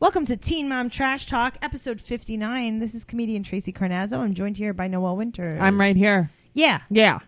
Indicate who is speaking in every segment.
Speaker 1: Welcome to Teen Mom Trash Talk, episode 59. This is comedian Tracy Carnazzo. I'm joined here by Noel Winters.
Speaker 2: I'm right here.
Speaker 1: Yeah.
Speaker 2: Yeah.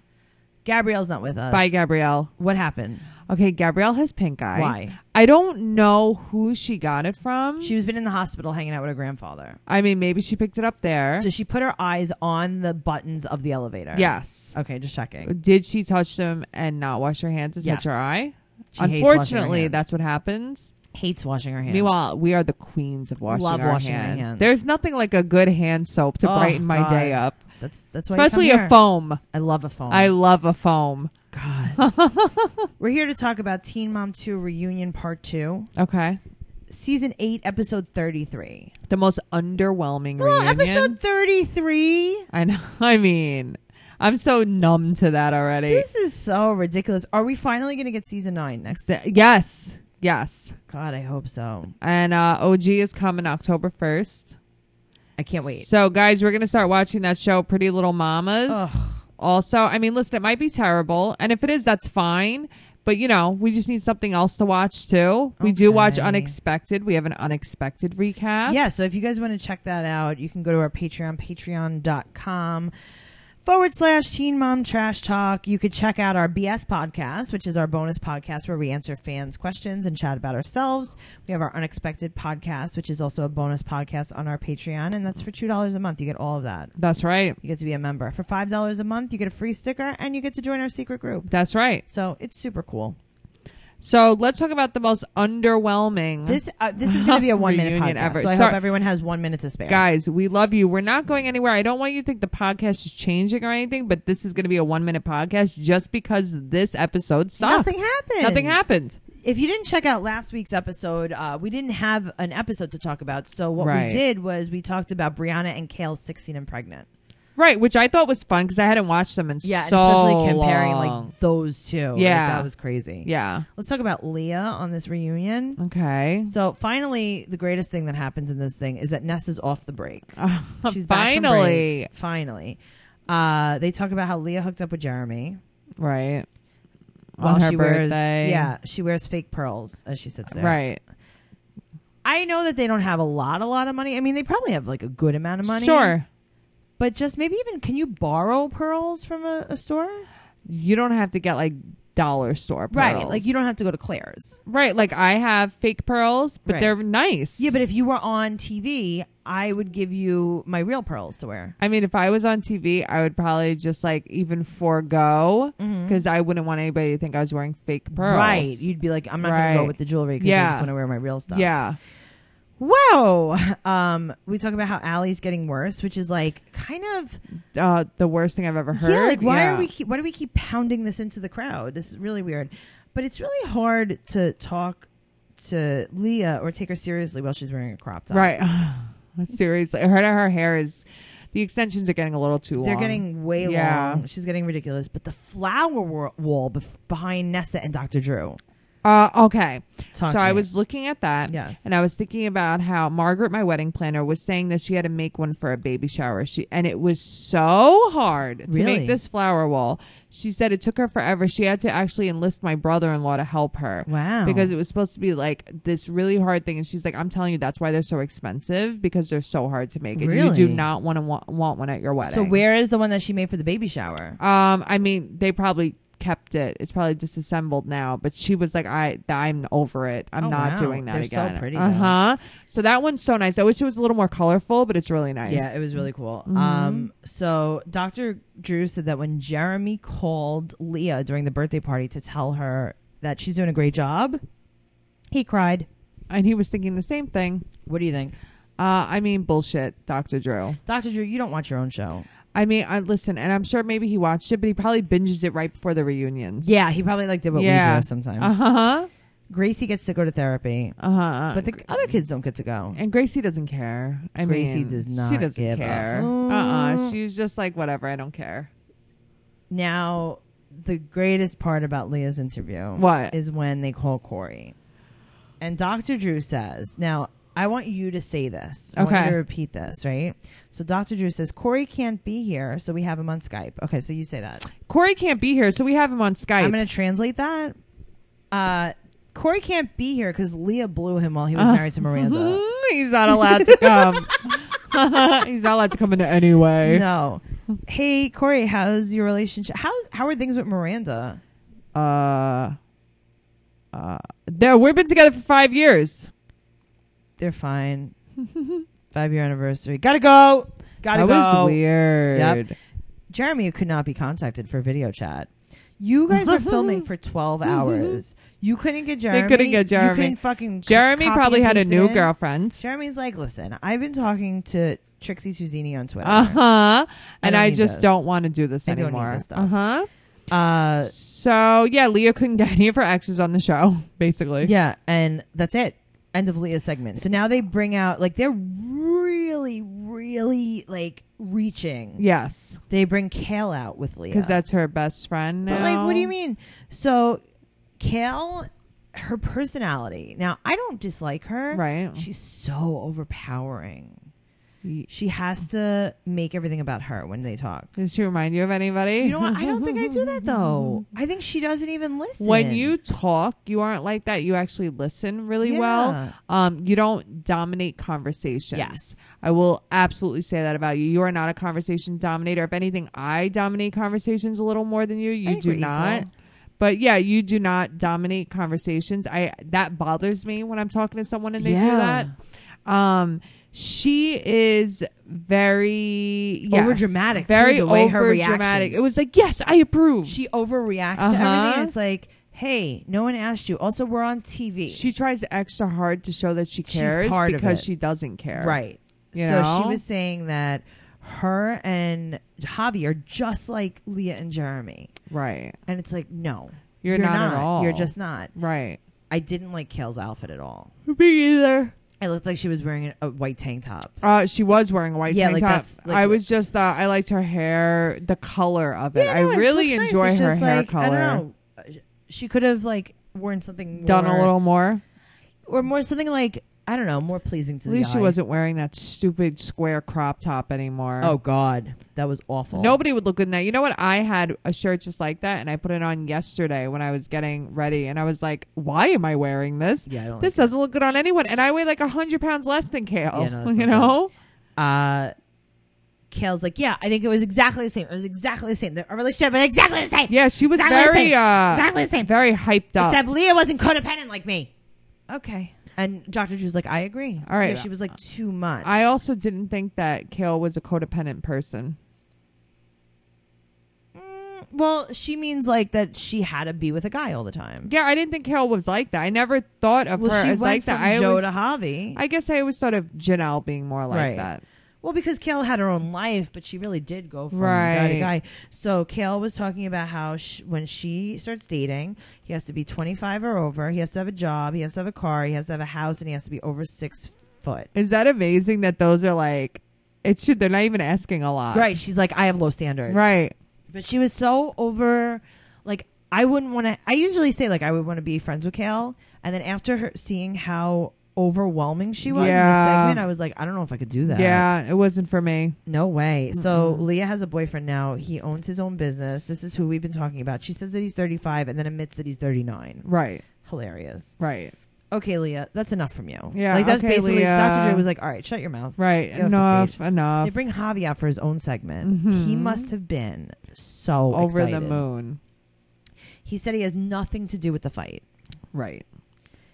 Speaker 1: Gabrielle's not with us.
Speaker 2: Bye, Gabrielle.
Speaker 1: What happened?
Speaker 2: Okay, Gabrielle has pink eye.
Speaker 1: Why?
Speaker 2: I don't know who she got it from.
Speaker 1: She was been in the hospital hanging out with her grandfather.
Speaker 2: I mean, maybe she picked it up there.
Speaker 1: So she put her eyes on the buttons of the elevator.
Speaker 2: yes.
Speaker 1: Okay, just checking.
Speaker 2: Did she touch them and not wash her hands to
Speaker 1: Yes.
Speaker 2: touch her eye?
Speaker 1: She hates washing her
Speaker 2: Unfortunately,
Speaker 1: hands.
Speaker 2: that's what happens.
Speaker 1: Hates washing her hands.
Speaker 2: Meanwhile, we are the queens of washing,
Speaker 1: Love
Speaker 2: our,
Speaker 1: washing our
Speaker 2: hands.
Speaker 1: hands.
Speaker 2: There's nothing like a good hand soap to
Speaker 1: Oh,
Speaker 2: brighten my
Speaker 1: God.
Speaker 2: day up.
Speaker 1: that's that's why you
Speaker 2: Especially
Speaker 1: come
Speaker 2: a
Speaker 1: here. Oh.
Speaker 2: foam.
Speaker 1: I love a phone.
Speaker 2: I love a foam.
Speaker 1: God. We're here to talk about Teen Mom 2 Reunion Part 2,
Speaker 2: Okay.
Speaker 1: Season 8, Episode 33.
Speaker 2: The most underwhelming
Speaker 1: Well,
Speaker 2: reunion.
Speaker 1: episode 33.
Speaker 2: I know. I mean, I'm so numb to that already.
Speaker 1: This is so ridiculous. Are we finally going to get season 9 next?
Speaker 2: Th- yes, yes.
Speaker 1: God, I hope so.
Speaker 2: And uh, OG is coming October first.
Speaker 1: I can't wait.
Speaker 2: So, guys, we're gonna start watching that show, Pretty Little Mamas.
Speaker 1: Ugh.
Speaker 2: Also, I mean, listen, it might be terrible, and if it is, that's fine. But you know, we just need something else to watch too. We do watch
Speaker 1: Okay.
Speaker 2: Unexpected. We have an Unexpected recap.
Speaker 1: Yeah, so if you guys want to check that out, you can go to our Patreon, patreon.com forward slash teen mom trash talk. You could check out our BS podcast, which is our bonus podcast where we answer fans' questions and chat about ourselves. We have our unexpected podcast, which is also a bonus podcast on our Patreon, and that's for $2 a month. You get all of that.
Speaker 2: that's right.
Speaker 1: You get to be a member. For $5 a month, you get a free sticker and you get to join our secret group.
Speaker 2: That's right.
Speaker 1: So it's super cool.
Speaker 2: So let's talk about the most underwhelming.
Speaker 1: This uh, this is going to be a one minute
Speaker 2: Reunion
Speaker 1: podcast.
Speaker 2: ever.
Speaker 1: So I
Speaker 2: Sorry.
Speaker 1: hope everyone has one minute to spare.
Speaker 2: Guys, we love you. We're not going anywhere. I don't want you to think the podcast is changing or anything, but this is going to be a one minute podcast just because this episode sucked.
Speaker 1: Nothing happened.
Speaker 2: Nothing happened.
Speaker 1: if you didn't check out last week's episode, uh, we didn't have an episode to talk about. So what
Speaker 2: Right.
Speaker 1: we did was we talked about Brianna and Kale's 16 and pregnant.
Speaker 2: Right, which I thought was fun because I hadn't watched them in
Speaker 1: Yeah, and
Speaker 2: so
Speaker 1: especially comparing
Speaker 2: long.
Speaker 1: like those two. Like,
Speaker 2: Yeah.
Speaker 1: that was crazy.
Speaker 2: yeah. Mm-hmm.
Speaker 1: Let's talk about Leah on this reunion.
Speaker 2: Okay.
Speaker 1: So finally, the greatest thing that happens in this thing is that Ness is off the break. She's back from
Speaker 2: Uh, Finally.
Speaker 1: break. finally. Uh, they talk about how Leah hooked up with Jeremy
Speaker 2: Right.
Speaker 1: while
Speaker 2: On her
Speaker 1: she
Speaker 2: birthday.
Speaker 1: wears yeah she wears fake pearls as she sits there.
Speaker 2: Right.
Speaker 1: I know that they don't have a lot, a lot of money. I mean, they probably have like a good amount of money.
Speaker 2: Sure.
Speaker 1: But just maybe even, can you borrow pearls from a, a store?
Speaker 2: You don't have to get like dollar store pearls.
Speaker 1: Right. Like you don't have to go to Claire's.
Speaker 2: Right. Like I have fake pearls, but
Speaker 1: Right.
Speaker 2: they're nice.
Speaker 1: Yeah, but if you were on TV, I would give you my real pearls to wear.
Speaker 2: I mean, if I was on TV, I would probably just like even forego because I wouldn't want anybody to think I was wearing fake pearls.
Speaker 1: Mm-hmm. Right. You'd be like, I'm not going to
Speaker 2: Right.
Speaker 1: go with the jewelry because I
Speaker 2: Yeah.
Speaker 1: just want to wear my real stuff.
Speaker 2: yeah.
Speaker 1: Whoa. Um, we talk about how Allie's getting worse, which is like kind of,
Speaker 2: Uh, the worst thing I've ever heard.
Speaker 1: yeah, like why
Speaker 2: Yeah.
Speaker 1: are we, keep, why do we keep pounding this into the crowd? This is really weird. But it's really hard to talk to Leah or take her seriously while she's wearing a crop top.
Speaker 2: Right. Seriously, her her hair is the extensions are getting a little too long.
Speaker 1: They're getting way
Speaker 2: Yeah.
Speaker 1: long. She's getting ridiculous. But the flower wa- wall bef- behind Nessa and Dr. Drew.
Speaker 2: Uh, okay.
Speaker 1: Talk
Speaker 2: so
Speaker 1: to
Speaker 2: I
Speaker 1: me.
Speaker 2: was looking at that.
Speaker 1: Yes.
Speaker 2: And I was thinking about how Margaret, my wedding planner, was saying that she had to make one for a baby shower. She and it was so hard to
Speaker 1: Really?
Speaker 2: make this flower wall. She said it took her forever. She had to actually enlist my brother in law to help her.
Speaker 1: Wow.
Speaker 2: Because it was supposed to be like this really hard thing. And she's like, I'm telling you, that's why they're so expensive because they're so hard to make. And you do
Speaker 1: Really?
Speaker 2: not want to wa- want one at your wedding.
Speaker 1: So where is the one that she made for the baby shower?
Speaker 2: Um, I mean, they probably kept it. It's probably disassembled now. But she was like, "I, I'm over it. I'm
Speaker 1: Oh,
Speaker 2: not
Speaker 1: wow.
Speaker 2: doing that
Speaker 1: They're so
Speaker 2: again."
Speaker 1: pretty, though.
Speaker 2: uh huh. So that one's so nice. I wish it was a little more colorful, but it's really nice.
Speaker 1: Yeah, it was really cool. Um, so Dr. Drew said that when Jeremy called Leah during the birthday party to tell her that she's doing a great job, he cried.
Speaker 2: and he was thinking the same thing.
Speaker 1: What do you think?
Speaker 2: Uh, I mean, bullshit, Doctor Drew.
Speaker 1: Dr. Drew, you don't watch your own show.
Speaker 2: I mean, I, listen, and I'm sure maybe he watched it, but he probably binges it right before the reunions.
Speaker 1: Yeah, he probably like did what
Speaker 2: Yeah.
Speaker 1: we do sometimes.
Speaker 2: Uh huh.
Speaker 1: Gracie gets to go to therapy,
Speaker 2: Uh huh.
Speaker 1: but the other kids don't get to go.
Speaker 2: And Gracie doesn't care. I
Speaker 1: Gracie
Speaker 2: mean,
Speaker 1: does not
Speaker 2: She doesn't
Speaker 1: give a
Speaker 2: care.
Speaker 1: fuck.
Speaker 2: Uh uh. She was just like, whatever. I don't care.
Speaker 1: Now, the greatest part about Leah's interview
Speaker 2: What?
Speaker 1: is when they call Corey. And Dr. Drew says, now, I want you to say this. I want
Speaker 2: Okay.
Speaker 1: you to repeat this, right? So Dr. Drew says, Corey can't be here, so we have him on Skype. Okay, so you say that.
Speaker 2: Corey can't be here, so we have him on Skype.
Speaker 1: I'm going to translate that. Uh, Corey can't be here because Leah blew him while he
Speaker 2: Uh-huh.
Speaker 1: was married to Miranda.
Speaker 2: He's not allowed to come. He's not allowed to come into any way.
Speaker 1: no. Hey, Corey, how's your relationship? How's how are things with Miranda?
Speaker 2: Uh, uh, there. We've been together for five years.
Speaker 1: They're fine. Five year anniversary. Gotta go. Gotta
Speaker 2: that
Speaker 1: go.
Speaker 2: was weird.
Speaker 1: Jeremy could not be contacted for video chat. You guys were filming for 12 hours. You couldn't get Jeremy.
Speaker 2: couldn't get
Speaker 1: You
Speaker 2: Jeremy.
Speaker 1: couldn't fucking co-
Speaker 2: Jeremy
Speaker 1: copy
Speaker 2: probably
Speaker 1: and
Speaker 2: had a
Speaker 1: paste it
Speaker 2: new
Speaker 1: in.
Speaker 2: girlfriend.
Speaker 1: Jeremy's like, listen, I've been talking to Trixie Suzini on Twitter.
Speaker 2: Uh huh. And
Speaker 1: don't
Speaker 2: I
Speaker 1: need
Speaker 2: just
Speaker 1: this.
Speaker 2: don't want to do this
Speaker 1: I don't need
Speaker 2: anymore.
Speaker 1: this stuff.
Speaker 2: Uh huh.
Speaker 1: Uh,
Speaker 2: So yeah, Leah couldn't get any of her exes on the show, basically.
Speaker 1: yeah, and that's it. End of Leah's segment. So now they bring out, like, they're really, really, like, reaching.
Speaker 2: Yes,
Speaker 1: They bring Kale out with Leah.
Speaker 2: because that's her best friend now.
Speaker 1: But like, what do you mean? So, Kale, her personality. Now, I don't dislike her.
Speaker 2: Right.
Speaker 1: She's so overpowering. She has to make everything about her when they talk.
Speaker 2: Does she remind you of anybody?
Speaker 1: You know what? I don't think I do that though. I think she doesn't even listen.
Speaker 2: when you talk, you aren't like that. You actually listen really
Speaker 1: Yeah.
Speaker 2: well. Um, you don't dominate conversations.
Speaker 1: Yes.
Speaker 2: I will absolutely say that about you. You are not a conversation dominator. If anything, I dominate conversations a little more than you. You
Speaker 1: think
Speaker 2: do
Speaker 1: we're equal.
Speaker 2: not. But yeah, you do not dominate conversations. I that bothers me when I'm talking to someone and they
Speaker 1: Yeah.
Speaker 2: do that. Um, she is very yes,
Speaker 1: Overdramatic, too,
Speaker 2: very
Speaker 1: the way her
Speaker 2: overdramatic.
Speaker 1: reactions.
Speaker 2: It was like, yes, I approve.
Speaker 1: she overreacts to
Speaker 2: Uh-huh.
Speaker 1: everything. And it's like, hey, no one asked you. Also, we're on TV.
Speaker 2: she tries extra hard to show that she
Speaker 1: She's
Speaker 2: cares
Speaker 1: part of
Speaker 2: because
Speaker 1: it.
Speaker 2: she doesn't care.
Speaker 1: Right.
Speaker 2: You
Speaker 1: so she
Speaker 2: know?
Speaker 1: was saying that her and Javi are just like Leah and Jeremy.
Speaker 2: Right.
Speaker 1: And it's like, no.
Speaker 2: You're, not, at all.
Speaker 1: You're just not.
Speaker 2: right.
Speaker 1: I didn't like Kale's outfit at all.
Speaker 2: Me either.
Speaker 1: It looked like she was wearing a white tank top.
Speaker 2: Uh, she was wearing a white
Speaker 1: Yeah,
Speaker 2: tank
Speaker 1: like,
Speaker 2: top.
Speaker 1: that's, like,
Speaker 2: I
Speaker 1: what-
Speaker 2: was just uh, I liked her hair, the color of it.
Speaker 1: Yeah,
Speaker 2: I
Speaker 1: no, it
Speaker 2: really
Speaker 1: looks nice.
Speaker 2: enjoy
Speaker 1: It's
Speaker 2: her
Speaker 1: just
Speaker 2: hair
Speaker 1: like,
Speaker 2: color.
Speaker 1: I don't know. She could have like worn something more,
Speaker 2: Done a little more.
Speaker 1: or more something like I don't know, more pleasing to
Speaker 2: At
Speaker 1: the
Speaker 2: least she
Speaker 1: eye.
Speaker 2: wasn't wearing that stupid square crop top anymore.
Speaker 1: Oh God, that was awful.
Speaker 2: Nobody would look good in that. You know what? I had a shirt just like that, and I put it on yesterday when I was getting ready, and I was like, "Why am I wearing this?
Speaker 1: Yeah, I don't
Speaker 2: this
Speaker 1: like
Speaker 2: doesn't look good on anyone." And I weigh like a hundred pounds less than Kale.
Speaker 1: Yeah, no, that's
Speaker 2: you
Speaker 1: not
Speaker 2: know?
Speaker 1: Uh, Kale's like, yeah, I think it was exactly the same. It was exactly the same. The- Our relationship was exactly the same.
Speaker 2: Yeah, she was
Speaker 1: Exactly the
Speaker 2: very
Speaker 1: same.
Speaker 2: uh,
Speaker 1: Exactly the same.
Speaker 2: very hyped up.
Speaker 1: Except Leah wasn't codependent like me. Okay. And Dr. Drew's like, I agree.
Speaker 2: All right.
Speaker 1: Yeah, she was like too much.
Speaker 2: I also didn't think that Kale was a codependent person.
Speaker 1: Mm, well, she means like that she had to be with a guy all the time.
Speaker 2: Yeah, I didn't think Kale was like that. I never thought of
Speaker 1: Well,
Speaker 2: her
Speaker 1: she
Speaker 2: as
Speaker 1: went
Speaker 2: like
Speaker 1: from
Speaker 2: that. I
Speaker 1: Joe
Speaker 2: always,
Speaker 1: to Javi.
Speaker 2: I guess I always thought of Janelle being more like
Speaker 1: Right.
Speaker 2: that.
Speaker 1: Well, because Kale had her own life, but she really did go from guy to
Speaker 2: Right.
Speaker 1: guy. So Kale was talking about how sh when she starts dating, he has to be 25 or over. He has to have a job. He has to have a car. He has to have a house, and he has to be over six foot.
Speaker 2: Is that amazing that those are like? It should. They're not even asking a lot.
Speaker 1: Right? She's like, I have low standards.
Speaker 2: Right.
Speaker 1: But she was so over, like I wouldn't want to. I usually say like I would want to be friends with Kale, and then after her seeing how overwhelming she was in
Speaker 2: Yeah.
Speaker 1: the segment, I was like, I don't know if I could do that.
Speaker 2: Yeah, it wasn't for me.
Speaker 1: No way. So Leah has a boyfriend now. He owns his own business. This is who we've been talking about. She says that he's 35 and then admits that he's 39.
Speaker 2: Right,
Speaker 1: Hilarious.
Speaker 2: right,
Speaker 1: Okay, Leah, that's enough from you.
Speaker 2: Yeah,
Speaker 1: Like that's
Speaker 2: okay,
Speaker 1: basically
Speaker 2: Leah.
Speaker 1: Dr. J was like, "All right, shut your mouth."
Speaker 2: right.
Speaker 1: Get off the
Speaker 2: enough,
Speaker 1: stage.
Speaker 2: enough.
Speaker 1: They bring Javi out for his own segment. He
Speaker 2: Mhm.
Speaker 1: must have been so
Speaker 2: over the
Speaker 1: excited.
Speaker 2: moon.
Speaker 1: He said he has nothing to do with the fight.
Speaker 2: Right.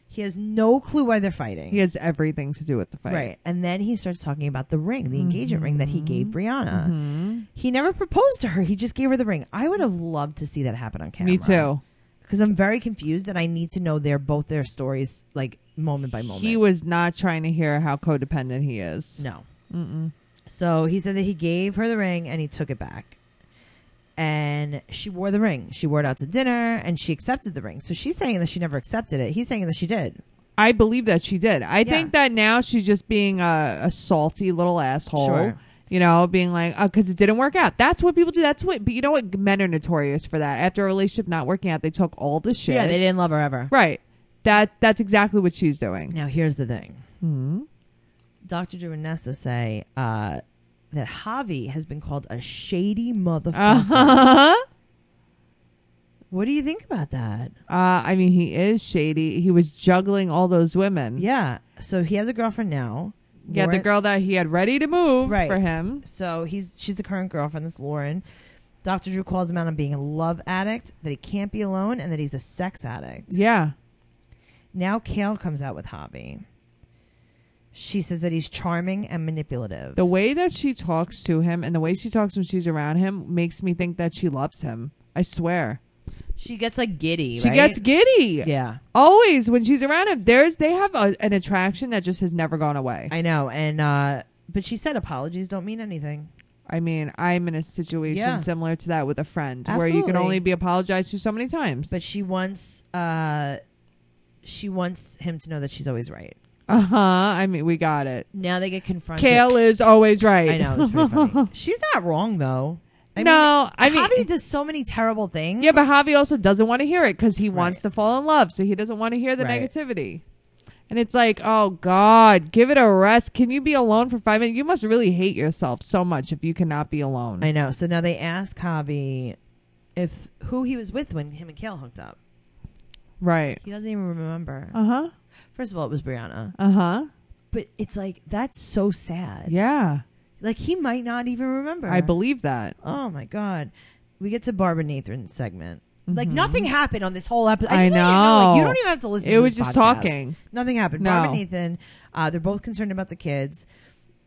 Speaker 1: He has no clue why they're fighting.
Speaker 2: He has everything to do with the fight.
Speaker 1: Right. And then he starts talking about the ring, the engagement ring that he gave
Speaker 2: Mm-hmm.
Speaker 1: Brianna.
Speaker 2: Mhm.
Speaker 1: He never proposed to her. He just gave her the ring. I would have loved to see that happen on camera.
Speaker 2: Me too.
Speaker 1: Because I'm very confused and I need to know their both their stories like moment by moment.
Speaker 2: He was not trying to hear how codependent he is.
Speaker 1: no.
Speaker 2: Mm-mm.
Speaker 1: So he said that he gave her the ring and he took it back. And she wore the ring. She wore it out to dinner and she accepted the ring. So she's saying that she never accepted it. He's saying that she did.
Speaker 2: I believe that she did. I
Speaker 1: Yeah.
Speaker 2: think that now she's just being a, a salty little asshole.
Speaker 1: Sure.
Speaker 2: You know, being like, because it didn't work out. That's what people do. That's what, but you know what? Men are notorious for that. After a relationship not working out, they took all the shit.
Speaker 1: Yeah, they didn't love her ever.
Speaker 2: Right. That that's exactly what she's doing.
Speaker 1: Now here's the thing.
Speaker 2: hmm
Speaker 1: Dr. Drew and Nessa say uh, that Javi has been called a shady motherfucker.
Speaker 2: Uh-huh.
Speaker 1: What do you think about that?
Speaker 2: Uh, I mean, he is shady. He was juggling all those women.
Speaker 1: Yeah. So he has a girlfriend now.
Speaker 2: Yeah, the
Speaker 1: Lauren-
Speaker 2: girl that he had ready to move
Speaker 1: Right.
Speaker 2: for him.
Speaker 1: So he's she's the current girlfriend. That's Lauren. Dr. Drew calls him out on being a love addict, that he can't be alone, and that he's a sex addict.
Speaker 2: Yeah.
Speaker 1: Now Kale comes out with Hobby. She says that he's charming and manipulative.
Speaker 2: The way that she talks to him and the way she talks when she's around him makes me think that she loves him. I swear.
Speaker 1: she gets like giddy.
Speaker 2: She
Speaker 1: right?
Speaker 2: gets giddy.
Speaker 1: yeah.
Speaker 2: Always when she's around him, there's they have a, an attraction that just has never gone away.
Speaker 1: I know, and uh but she said apologies don't mean anything.
Speaker 2: I mean, I'm in a situation
Speaker 1: Yeah.
Speaker 2: similar to that with a friend where you can
Speaker 1: Absolutely.
Speaker 2: only be apologized to so many times.
Speaker 1: But she wants uh she wants him to know that she's always right.
Speaker 2: uh huh. I mean, we got it.
Speaker 1: Now they get confronted.
Speaker 2: Kale is always right.
Speaker 1: I know, it's pretty funny. she's not wrong though. I mean,
Speaker 2: no, I mean,
Speaker 1: Javi does so many terrible things.
Speaker 2: yeah, but Javi also doesn't want to hear it because he wants
Speaker 1: Right.
Speaker 2: to fall in love, so he doesn't want to hear the
Speaker 1: Right.
Speaker 2: negativity. And it's like, oh God, give it a rest. Can you be alone for five minutes? You must really hate yourself so much if you cannot be alone.
Speaker 1: I know. So now they ask Javi if who he was with when him and Kale hooked up.
Speaker 2: right.
Speaker 1: He doesn't even remember.
Speaker 2: Uh huh.
Speaker 1: First of all, it was Brianna.
Speaker 2: Uh huh.
Speaker 1: But it's like that's so sad.
Speaker 2: Yeah,
Speaker 1: Like he might not even remember.
Speaker 2: I believe that.
Speaker 1: Oh my god. We get to Barbara Nathan's segment. Like
Speaker 2: Mhm.
Speaker 1: nothing happened on this whole episode. I,
Speaker 2: I
Speaker 1: just want you to know. like, you
Speaker 2: know.
Speaker 1: don't even have to listen.
Speaker 2: It
Speaker 1: to
Speaker 2: was
Speaker 1: this
Speaker 2: just
Speaker 1: podcast.
Speaker 2: talking.
Speaker 1: Nothing happened.
Speaker 2: No.
Speaker 1: Barbara Nathan. Uh, they're both concerned about the kids.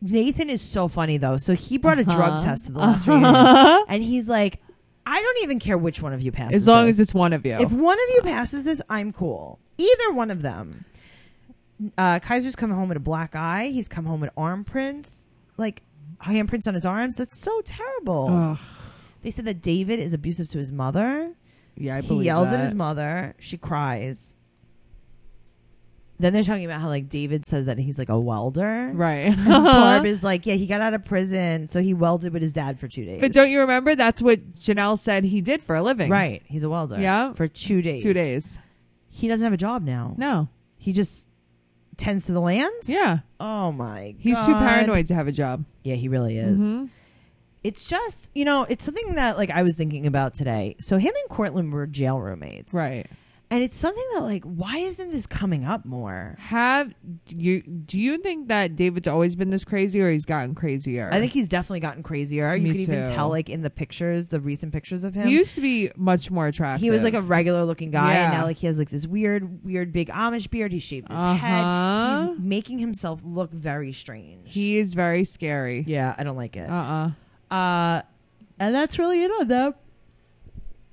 Speaker 1: Nathan is so funny though. So he brought a drug
Speaker 2: Uh-huh.
Speaker 1: test to the last reunion,
Speaker 2: Uh-huh.
Speaker 1: and he's like, "I don't even care which one of you passes.
Speaker 2: As long
Speaker 1: this.
Speaker 2: as it's one of you.
Speaker 1: If one of you passes this, I'm cool. Either one of them. Uh, Kaiser's come home with a black eye. He's come home with arm prints, like handprints on his arms. That's so terrible.
Speaker 2: Ugh.
Speaker 1: They said that David is abusive to his mother.
Speaker 2: Yeah, I
Speaker 1: he
Speaker 2: believe
Speaker 1: yells
Speaker 2: that.
Speaker 1: at his mother. She cries. Then they're talking about how like David says that he's like a welder.
Speaker 2: Right. Uh-huh.
Speaker 1: And Barb is like, yeah, he got out of prison, so he welded with his dad for two days.
Speaker 2: but don't you remember that's what Janelle said he did for a living?
Speaker 1: Right, he's a welder.
Speaker 2: Yeah.
Speaker 1: for two days.
Speaker 2: Two days.
Speaker 1: He doesn't have a job now.
Speaker 2: No.
Speaker 1: He just tends to the land.
Speaker 2: Yeah.
Speaker 1: Oh my
Speaker 2: He's
Speaker 1: god. Mm-hmm.
Speaker 2: too paranoid to have a job.
Speaker 1: Yeah, he really is.
Speaker 2: Mhm.
Speaker 1: It's just you know, it's something that like I was thinking about today. So him and Cortland were jail roommates,
Speaker 2: Right.
Speaker 1: And it's something that like, why isn't this coming up more?
Speaker 2: Have do you do you think that David's always been this crazy or he's gotten crazier?
Speaker 1: I think he's definitely gotten crazier. you
Speaker 2: Me
Speaker 1: can even
Speaker 2: too.
Speaker 1: tell like in the pictures, the recent pictures of him.
Speaker 2: he used to be much more attractive.
Speaker 1: he was like a regular looking guy, and
Speaker 2: Yeah.
Speaker 1: now like he has like this weird, weird big Amish beard. He shaved his head.
Speaker 2: Uh-huh.
Speaker 1: He's making himself look very strange.
Speaker 2: he is very scary.
Speaker 1: yeah, I don't like it.
Speaker 2: Uh uh
Speaker 1: Uh, and that's really it on them.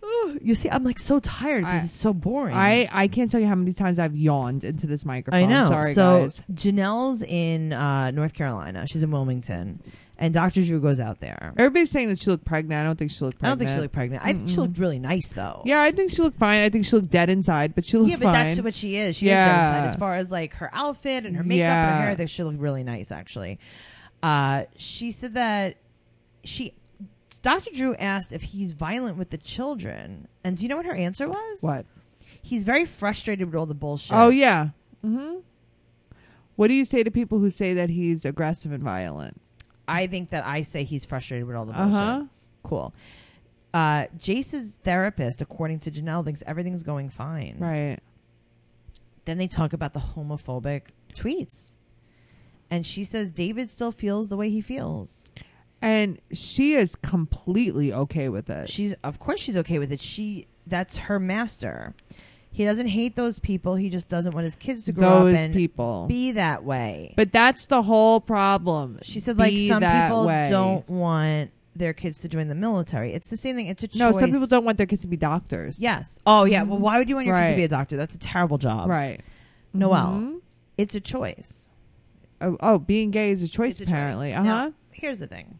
Speaker 1: Ugh, You see, I'm like so tired because
Speaker 2: I-
Speaker 1: it's so boring.
Speaker 2: I I can't tell you how many times I've yawned into this microphone.
Speaker 1: I know.
Speaker 2: Sorry
Speaker 1: so
Speaker 2: guys.
Speaker 1: Janelle's in uh, North Carolina. She's in Wilmington, and Dr. Drew goes out there.
Speaker 2: Everybody's saying that she looked pregnant. I don't think she looked
Speaker 1: I don't think
Speaker 2: pregnant.
Speaker 1: she looked pregnant. I think she
Speaker 2: Mm-mm.
Speaker 1: looked really nice though.
Speaker 2: Yeah, I think she looked fine. I think she looked dead inside, but she looked
Speaker 1: Yeah, but
Speaker 2: fine.
Speaker 1: that's what she is. She is
Speaker 2: Yeah.
Speaker 1: dead inside. As far as like her outfit and her makeup and her
Speaker 2: Yeah.
Speaker 1: hair, that she looked really nice actually. Uh, she said that she, Dr. Drew asked if he's violent with the children, and do you know what her answer was?
Speaker 2: What?
Speaker 1: He's very frustrated with all the bullshit.
Speaker 2: Oh yeah.
Speaker 1: Mm-hmm.
Speaker 2: hmm What do you say to people who say that he's aggressive and violent?
Speaker 1: I think that I say he's frustrated with all the
Speaker 2: Uh
Speaker 1: bullshit.
Speaker 2: huh.
Speaker 1: Cool. Uh, Jace's therapist, according to Janelle, thinks everything's going fine.
Speaker 2: Right.
Speaker 1: Then they talk about the homophobic tweets. And she says David still feels the way he feels.
Speaker 2: And she is completely okay with it.
Speaker 1: She's of course she's okay with it. She that's her master. He doesn't hate those people. He just doesn't want his kids to grow
Speaker 2: Those
Speaker 1: up and
Speaker 2: people.
Speaker 1: be that way.
Speaker 2: But that's the whole problem.
Speaker 1: She said, like,
Speaker 2: Be
Speaker 1: some
Speaker 2: that
Speaker 1: people
Speaker 2: way.
Speaker 1: don't want their kids to join the military. It's the same thing. It's a
Speaker 2: No,
Speaker 1: choice.
Speaker 2: some people don't want their kids to be doctors.
Speaker 1: Yes. Oh, yeah. Well, why would you want your kid to
Speaker 2: Right.
Speaker 1: be a doctor? That's a terrible job.
Speaker 2: Right.
Speaker 1: Noelle.
Speaker 2: Mhm.
Speaker 1: It's a choice.
Speaker 2: Oh, oh, being gay is a choice,
Speaker 1: It's a choice.
Speaker 2: apparently. Uh huh.
Speaker 1: Now, here's the thing.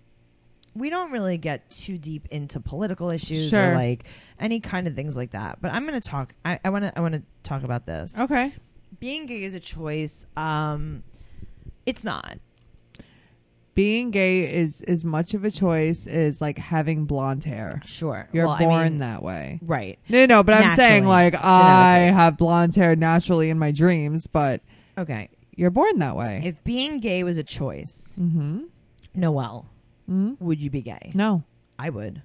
Speaker 1: We don't really get too deep into political issues or
Speaker 2: Sure.
Speaker 1: like any kind of things like that. But I'm going to talk. I want to. I want to talk about this.
Speaker 2: Okay.
Speaker 1: Being gay is a choice. Um, it's not.
Speaker 2: Being gay is as much of a choice as like having blonde hair.
Speaker 1: Sure.
Speaker 2: You're
Speaker 1: Well, I
Speaker 2: born
Speaker 1: mean,
Speaker 2: that way.
Speaker 1: Right.
Speaker 2: No, no, but I'm saying
Speaker 1: Naturally.
Speaker 2: like I
Speaker 1: Genetically.
Speaker 2: have blonde hair naturally in my dreams, but
Speaker 1: Okay.
Speaker 2: you're born that way.
Speaker 1: If being gay was a choice,
Speaker 2: mm-hmm.
Speaker 1: Noelle,
Speaker 2: mm
Speaker 1: would you be gay?
Speaker 2: No,
Speaker 1: I would.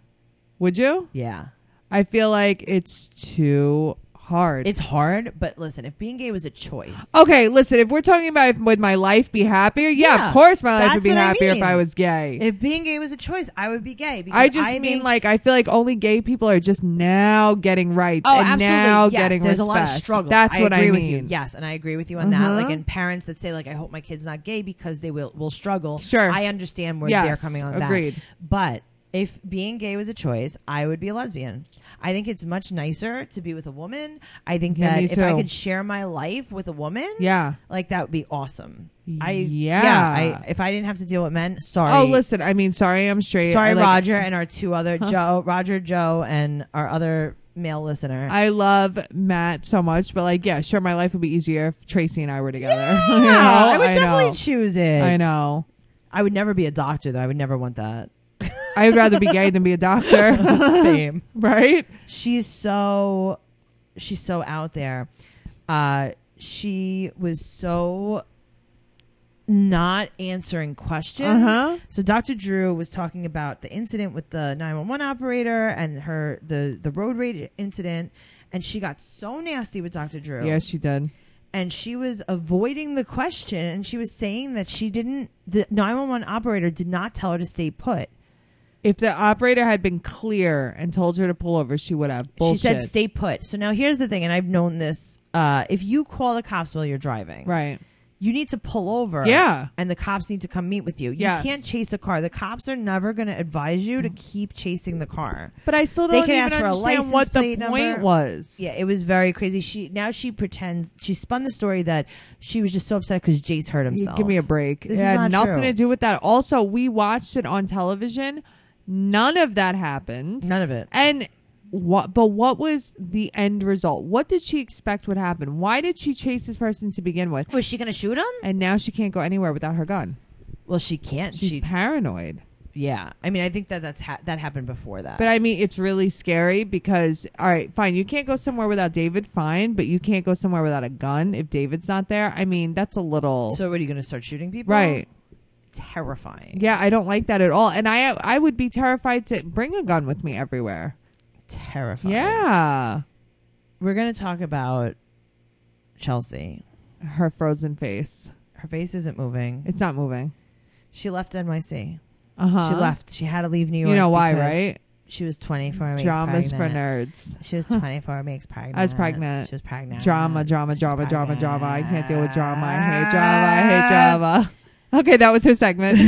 Speaker 2: would you?
Speaker 1: Yeah.
Speaker 2: I feel like it's too hard.
Speaker 1: It's hard, but listen, if being gay was a choice,
Speaker 2: okay, listen, if we're talking about if, would my life be happier? Yeah,
Speaker 1: Yeah,
Speaker 2: of course my life
Speaker 1: that's
Speaker 2: would be
Speaker 1: what I
Speaker 2: happier
Speaker 1: mean.
Speaker 2: if I was gay.
Speaker 1: if being gay was a choice, I would be gay. Because
Speaker 2: I just mean,
Speaker 1: think-
Speaker 2: like I feel like only gay people are just now getting rights
Speaker 1: Oh,
Speaker 2: and
Speaker 1: absolutely.
Speaker 2: now
Speaker 1: yes.
Speaker 2: getting
Speaker 1: There's
Speaker 2: respect.
Speaker 1: a lot of struggle.
Speaker 2: That's
Speaker 1: I
Speaker 2: what
Speaker 1: agree
Speaker 2: I
Speaker 1: with
Speaker 2: mean.
Speaker 1: you. Yes, and I agree with you on that. Like,
Speaker 2: Mhm.
Speaker 1: and parents that say, like, I hope my kid's not gay because they will will struggle.
Speaker 2: Sure.
Speaker 1: I understand where
Speaker 2: Yes,
Speaker 1: they're coming on
Speaker 2: agreed.
Speaker 1: that. But if being gay was a choice, I would be a lesbian. I think it's much nicer to be with a woman. I think
Speaker 2: Yeah,
Speaker 1: that
Speaker 2: me
Speaker 1: if I
Speaker 2: too.
Speaker 1: could share my life with a woman,
Speaker 2: Yeah.
Speaker 1: like that would be awesome. I
Speaker 2: Yeah.
Speaker 1: yeah. I, if I didn't have to deal with men, sorry.
Speaker 2: Oh, listen. I mean, sorry, I'm straight.
Speaker 1: Sorry,
Speaker 2: I, like,
Speaker 1: Roger, and our two other Joe, Roger, Joe, and our other male listener.
Speaker 2: I love Matt so much, but like, yeah, sure, my life would be easier if Tracy and I were together.
Speaker 1: Yeah,
Speaker 2: you know?
Speaker 1: I would
Speaker 2: I
Speaker 1: definitely
Speaker 2: know.
Speaker 1: choose it.
Speaker 2: I know.
Speaker 1: I would never be a doctor though. I would never want that.
Speaker 2: I'd rather be gay than be a doctor,
Speaker 1: Same.
Speaker 2: right?
Speaker 1: She's so she's so out there. Uh she was so not answering questions.
Speaker 2: Uh-huh.
Speaker 1: So Dr. Drew was talking about the incident with the 911 operator and her the the road rage incident and she got so nasty with Dr. Drew.
Speaker 2: Yeah, she did.
Speaker 1: and she was avoiding the question and she was saying that she didn't the 911 operator did not tell her to stay put
Speaker 2: If the operator had been clear and told her to pull over, she would have. Bullshit.
Speaker 1: she said stay put so now here's the thing and i've known this uh, if you call the cops while you're driving
Speaker 2: right.
Speaker 1: you need to pull over
Speaker 2: Yeah.
Speaker 1: and the cops need to come meet with you you
Speaker 2: Yes.
Speaker 1: can't chase a car the cops are never going to advise you to keep chasing the car
Speaker 2: But I still
Speaker 1: They
Speaker 2: don't
Speaker 1: could
Speaker 2: even
Speaker 1: ask for a
Speaker 2: understand
Speaker 1: license
Speaker 2: what the
Speaker 1: plate
Speaker 2: point
Speaker 1: number.
Speaker 2: was.
Speaker 1: yeah it was very crazy she now she pretends she spun the story that she was just so upset because jace hurt
Speaker 2: You
Speaker 1: himself
Speaker 2: Give me a break.
Speaker 1: This
Speaker 2: it
Speaker 1: is
Speaker 2: had
Speaker 1: not
Speaker 2: nothing
Speaker 1: true.
Speaker 2: to do with that. Also, we watched it on television. None of that happened.
Speaker 1: none of it
Speaker 2: And what? But what was the end result? What did she expect would happen? Why did she chase this person to begin with?
Speaker 1: was she going to shoot him
Speaker 2: And now she can't go anywhere without her gun.
Speaker 1: well she can't
Speaker 2: She's
Speaker 1: she
Speaker 2: paranoid.
Speaker 1: Yeah, I mean, I think that that's ha- that happened before that.
Speaker 2: But I mean, it's really scary because, all right, fine, you can't go somewhere without David, fine, but you can't go somewhere without a gun if David's not there. I mean, that's a little.
Speaker 1: so, what are you going to start shooting people?
Speaker 2: right.
Speaker 1: terrifying,
Speaker 2: Yeah, I don't like that at all. And I I would be terrified to bring a gun with me everywhere.
Speaker 1: terrifying.
Speaker 2: Yeah.
Speaker 1: we're going to talk about Chelsea.
Speaker 2: Her frozen face.
Speaker 1: Her face isn't moving.
Speaker 2: It's not moving.
Speaker 1: She left NYC.
Speaker 2: Uh-huh.
Speaker 1: She left. She had to leave New York.
Speaker 2: You know why,
Speaker 1: because
Speaker 2: right?
Speaker 1: She was twenty four weeks
Speaker 2: Dramas for
Speaker 1: pregnant.
Speaker 2: nerds.
Speaker 1: She was twenty four weeks pregnant.
Speaker 2: I was pregnant.
Speaker 1: She was pregnant.
Speaker 2: Drama, drama,
Speaker 1: She's
Speaker 2: drama, drama,
Speaker 1: pregnant.
Speaker 2: drama. I can't deal with drama. I hate drama. I hate
Speaker 1: Ah.
Speaker 2: drama. Okay, that was her segment.